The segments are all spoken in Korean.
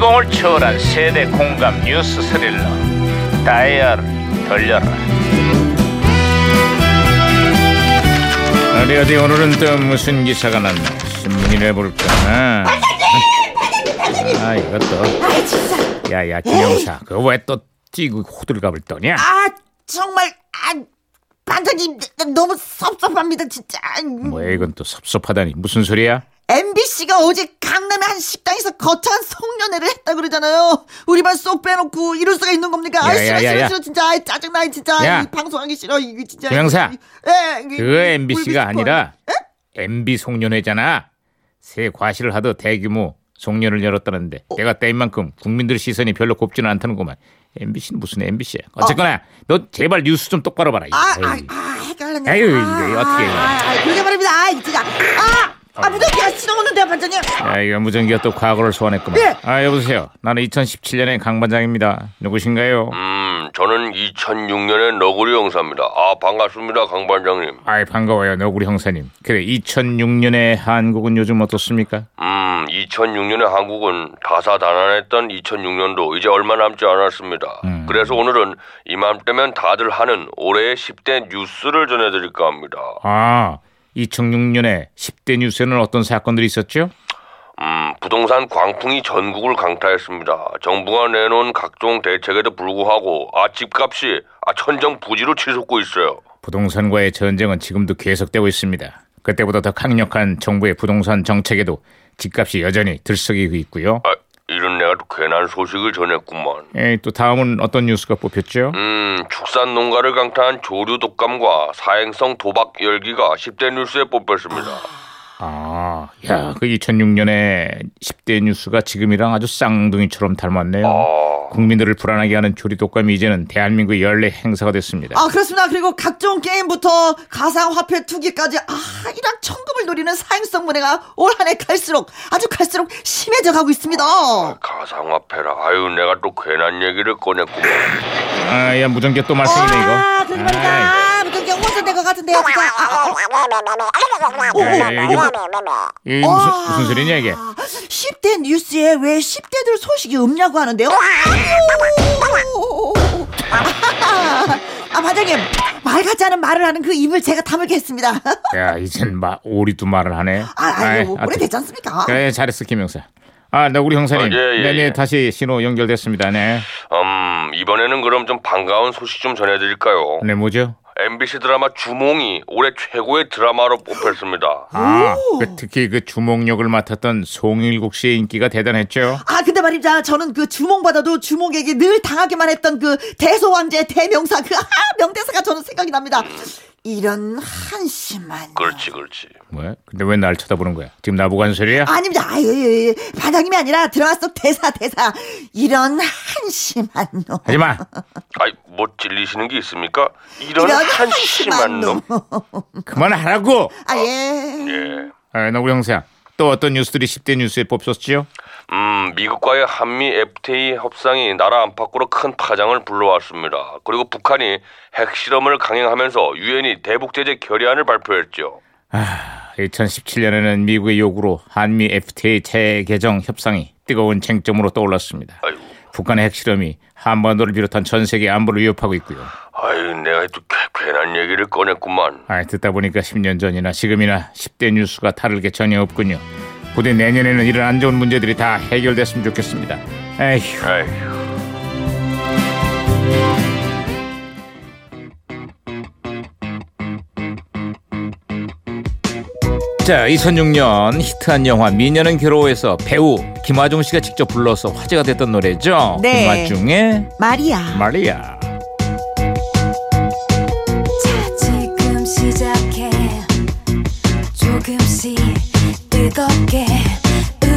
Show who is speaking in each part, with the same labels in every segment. Speaker 1: 폭풍을 초월한 세대 공감 뉴스 스릴러 다이얼 돌려라 어디 어디 오늘은 또 무슨 기사가 났나 신문이나 해볼까 반장님! 반장님! 아 이것도
Speaker 2: 아이 진짜
Speaker 1: 야야 김영사 그왜또 뛰고 호들갑을 떠냐
Speaker 2: 아 정말 아 반장님 너무 섭섭합니다 진짜
Speaker 1: 뭐야 이건 또 섭섭하다니 무슨 소리야
Speaker 2: MBC가 어제 강남의 한 식당에서 거창한 송년회를 했다 그러잖아요 우리 반 쏙 빼놓고 이럴 수가 있는 겁니까 아
Speaker 1: 야,
Speaker 2: 싫어
Speaker 1: 야, 야,
Speaker 2: 싫어
Speaker 1: 야.
Speaker 2: 싫어 진짜 아 짜증나 진짜
Speaker 1: 야.
Speaker 2: 이 방송하기 싫어 이거 진짜
Speaker 1: 김영사,
Speaker 2: 예, 이거
Speaker 1: 그
Speaker 2: 울고 싶어.
Speaker 1: MBC가 아니라 MB 송년회잖아. 새 과시를 하도 대규모 송년을 열었다는데
Speaker 2: 어?
Speaker 1: 내가 때인 만큼 국민들 시선이 별로 곱지는 않다는구만. MBC는 무슨 MBC야? 어쨌거나 너 제발 뉴스 좀 똑바로 봐라. 이거.
Speaker 2: 아, 아,
Speaker 1: 에이.
Speaker 2: 아, 헷갈렸네.
Speaker 1: 에휴,
Speaker 2: 아,
Speaker 1: 이거 어떻게 해요.
Speaker 2: 아, 아, 아, 그러게 말입니다. 아, 이거 진짜. 아, 아, 무전기가 신어오는데요, 반장님.
Speaker 1: 야, 이거 무전기가 또 과거를 소환했구만.
Speaker 2: 네.
Speaker 1: 아 여보세요. 나는 2017년의 강 반장입니다. 누구신가요?
Speaker 3: 음, 저는 2006년의 너구리 형사입니다. 아, 반갑습니다, 강 반장님.
Speaker 1: 아이 반가워요, 너구리 형사님. 그래, 2006년의 한국은 요즘 어떻습니까?
Speaker 3: 음, 2006년의 한국은 다사다난했던 2006년도 이제 얼마 남지 않았습니다. 그래서 오늘은 이맘때면 다들 하는 올해의 10대 뉴스를 전해드릴까 합니다.
Speaker 1: 아, 2006년에 10대 뉴스에는 어떤 사건들이 있었죠?
Speaker 3: 음, 부동산 광풍이 전국을 강타했습니다. 정부가 내놓은 각종 대책에도 불구하고 아, 집값이 아, 천정 부지로 치솟고 있어요.
Speaker 1: 부동산과의 전쟁은 지금도 계속되고 있습니다. 그때보다 더 강력한 정부의 부동산 정책에도 집값이 여전히 들썩이고 있고요.
Speaker 3: 아, 이런 내가 또 괜한 소식을 전했구만.
Speaker 1: 에이, 또 다음은 어떤 뉴스가 뽑혔죠?
Speaker 3: 음, 축산 농가를 강타한 조류 독감과 사행성 도박 열기가 10대 뉴스에 뽑혔습니다.
Speaker 1: 아, 야, 그 2006년에 10대 뉴스가 지금이랑 아주 쌍둥이처럼 닮았네요.
Speaker 3: 아,
Speaker 1: 국민들을 불안하게 하는 조리 독감이 이제는 대한민국의 연례 행사가 됐습니다.
Speaker 2: 아, 그렇습니다. 그리고 각종 게임부터 가상화폐 투기까지, 아, 이런 청금을 노리는 사행성 문해가 올 한 해 갈수록, 아주 갈수록 심해져 가고 있습니다.
Speaker 3: 가상화폐라. 아유, 내가 또 괜한 얘기를 꺼냈구만.
Speaker 1: 아, 야, 무전기 또 말썽이네 이거.
Speaker 2: 아, 그러게
Speaker 1: 아이.
Speaker 2: 말입니다. 무전기 혼선된 것 같은데요, 진짜. 아, 아,
Speaker 1: 이게 무슨, 무슨 소리냐 이게?
Speaker 2: 10대 아, 뉴스에 왜 10대들 소식이 없냐고 하는데요? 아, 아유. 아, 반장님, 말 같지 않은 말을 하는 그 입을 제가 다물게 했습니다.
Speaker 1: 야 이젠 마, 오리도 말을 하네.
Speaker 2: 아, 아유,
Speaker 1: 아이,
Speaker 2: 오래되지 않습니까?
Speaker 1: 그래 잘했어 김영사. 아, 나 우리 형사님.
Speaker 3: 아, 예, 예,
Speaker 1: 네네
Speaker 3: 예.
Speaker 1: 다시 신호 연결됐습니다. 네.
Speaker 3: 음, 이번에는 그럼 좀 반가운 소식 좀 전해드릴까요?
Speaker 1: 네 뭐죠?
Speaker 3: MBC 드라마 주몽이 올해 최고의 드라마로 뽑혔습니다.
Speaker 1: 아, 그, 특히 그 주몽역을 맡았던 송일국 씨의 인기가 대단했죠.
Speaker 2: 아 근데 말입니다 저는 그 주몽받아도 주몽에게 늘 당하기만 했던 그 대소왕제 대명사 그 아, 명대사가 저는 생각이 납니다 이런 한심한
Speaker 3: 그렇지, 그렇지.
Speaker 1: 뭐야? 근데 왜 날 쳐다보는 거야? 지금 나보고 한 소리야?
Speaker 2: 아닙니다 아유 예, 반장님이 아니라 드라마 속 대사 대사 이런 한심한 놈
Speaker 1: 하지 마.
Speaker 3: 아이, 뭐 질리시는 게 있습니까? 이런,
Speaker 2: 이런
Speaker 3: 한심한 놈.
Speaker 1: 그만하라고.
Speaker 2: 아예
Speaker 3: 예.
Speaker 1: 아, 나 우리 형사. 또 어떤 뉴스들이 10대 뉴스에 뽑혔지요?
Speaker 3: 음, 미국과의 한미 FTA 협상이 나라 안팎으로 큰 파장을 불러왔습니다. 그리고 북한이 핵실험을 강행하면서 유엔이 대북 제재 결의안을 발표했죠.
Speaker 1: 2017년에는 아, 미국의 요구로 한미 FTA 재개정 협상이 뜨거운 쟁점으로 떠올랐습니다.
Speaker 3: 아이고,
Speaker 1: 북한의 핵실험이 한반도를 비롯한 전 세계 안보를 위협하고 있고요.
Speaker 3: 아유, 내가 또 괴- 괜한 얘기를 꺼냈구만.
Speaker 1: 아, 듣다 보니까 10년 전이나 지금이나 10대 뉴스가 다를 게 전혀 없군요. 부디 내년에는 이런 안 좋은 문제들이 다 해결됐으면 좋겠습니다. 에휴.
Speaker 3: 아휴,
Speaker 1: 자, 2006년 히트한 영화 미녀는 괴로워에서 배우 김아중 씨가 직접 불러서 화제가 됐던 노래죠. 그
Speaker 2: 네.
Speaker 1: 김아중의
Speaker 2: 마리아
Speaker 1: 마리아.
Speaker 4: 자 지금 시작해 조금씩 뜨겁게 우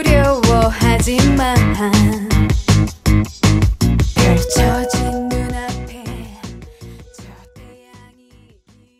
Speaker 4: 두려워하지만